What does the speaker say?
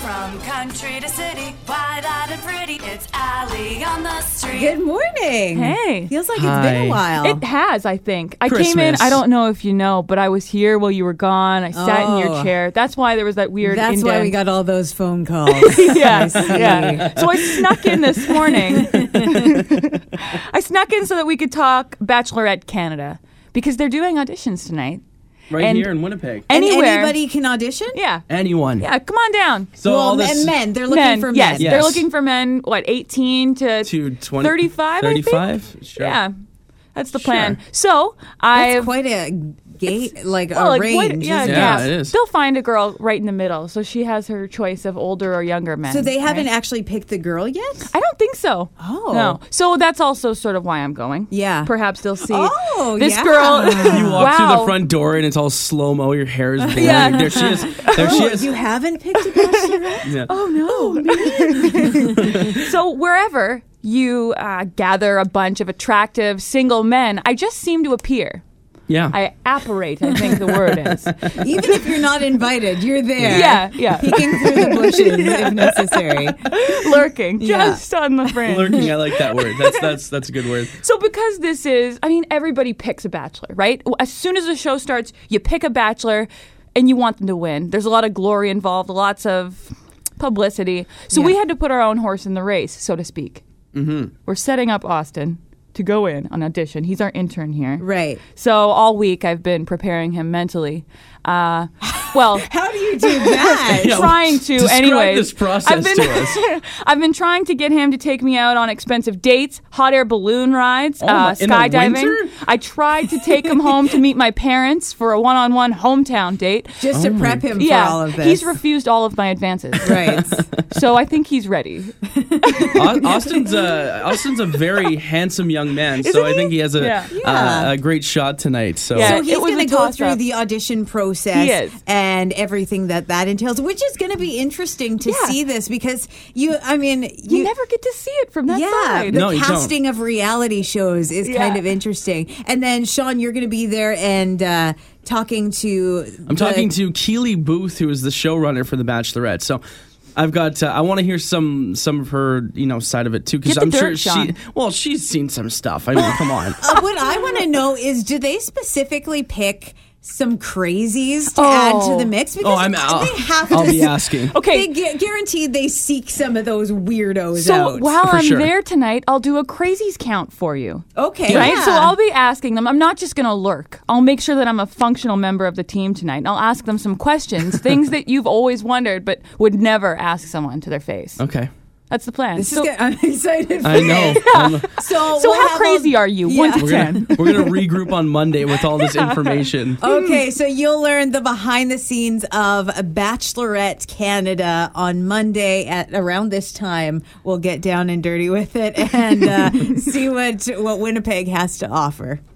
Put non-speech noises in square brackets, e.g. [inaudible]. From country to city, wide eyed and pretty, it's Allie on the street. Good morning. Hey. Feels like it's been Hi. a while. It has, I think. I came in, Christmas. I don't know if you know, but I was here while you were gone. I sat in Oh. your chair. That's why there was that weird That's why indent. we got all those phone calls. [laughs] yeah, yeah. So I snuck in this morning. [laughs] I snuck in so that we could talk Bachelorette Canada because they're doing auditions tonight. Right And- here in Winnipeg. And Anywhere. anybody can audition? yeah. Anyone. Yeah, come on down. So well, all this and men. They're looking for men. Yes, they're Yes. looking for men, what, 18 to, to 20, 35? I think? 35? Sure. Yeah. That's the plan. Sure. So That's I've quite a gate, like a Well, like, range. what- yeah, isn't it? Yeah, yeah. it is. They'll find a girl right in the middle, so she has her choice of older or younger men. So they haven't right? actually picked the girl yet? I don't think so. Oh. no. So that's also sort of why I'm going. Yeah. Perhaps they'll see. Oh, this yeah. girl. You [laughs] You walk wow. through the front door and it's all slow mo. Your hair [laughs] is blowing. Yeah. There she is. There she Oh, is. you haven't picked a bachelorette? Yeah. oh. So wherever you uh, gather a bunch of attractive single men, I just seem to appear. yeah. I apparate. I think the [laughs] word is. Even if you're not invited, you're there. [laughs] Yeah, yeah. Peeking through the [laughs] bushes if necessary. Lurking, Yeah. just on the fringe. Lurking. I like that word. That's that's that's a good word. So because this is, I mean, everybody picks a bachelor, right? As soon as the show starts, you pick a bachelor, and you want them to win. There's a lot of glory involved, lots of publicity. So we Yeah. had to put our own horse in the race, so to speak. Mm-hmm. We're setting up Austin to go in on audition. He's our intern here, Right. So all week I've been preparing him mentally. Uh, [laughs] well. How do you do [laughs] that? Yeah, [laughs] trying to describe anyway this process I've been, [laughs] to us. I've been trying to get him to take me out on expensive dates hot air balloon rides uh, my- Oh, in the skydiving winter? I tried to take him home to meet my parents for a one-on-one hometown date Just Oh to prep him yeah for all of this. he's refused all of my advances [laughs] right. so I think he's ready Au- Austin's a Austin's [laughs] a very handsome young man, so Isn't I he? think he has a Yeah. uh, a great shot tonight. So Yeah. So he's Uh, it was going a to go toss-up. through the audition process He is. and everything that that entails, which is going to be interesting to Yeah. see this because you, I mean, you, you, never get to see it from that yeah, side the No, you don't. casting of reality shows is Yeah. kind of interesting. And then Sean, you're going to be there and uh, talking to. I'm talking to Keely Booth, who is the showrunner for The Bachelorette. So. I've got. Uh, I want to hear some some of her, you know, side of it too, because Get the I'm sure dirt, she. Sean. Well, she's seen some stuff. I mean, [laughs] come on. [laughs] Uh, what I want to know is, do they specifically pick? Some crazies to add to Oh. the mix because Oh, I'm. I'll, they have I'll to be asking. okay They gu- guaranteed they seek some of those weirdos so out. while For I'm sure. there tonight I'll do a crazies count for you Okay. Right? yeah. So I'll be asking them. I'm not just going to lurk. I'll make sure that I'm a functional member of the team tonight. And I'll ask them some questions, [laughs] things that you've always wondered but would never ask someone to their face. Okay. That's the plan. This is so, good. [laughs] I'm excited. For [laughs] I know. I'm- this. So, so we'll how have crazy all- are you? Yeah. One to we're ten. gonna, [laughs] we're gonna regroup on Monday with [laughs] all this information. Okay, so you'll learn the behind the scenes of Bachelorette Canada on Monday at around this time. [laughs] We'll get down and dirty with it and uh, see what what Winnipeg has to offer.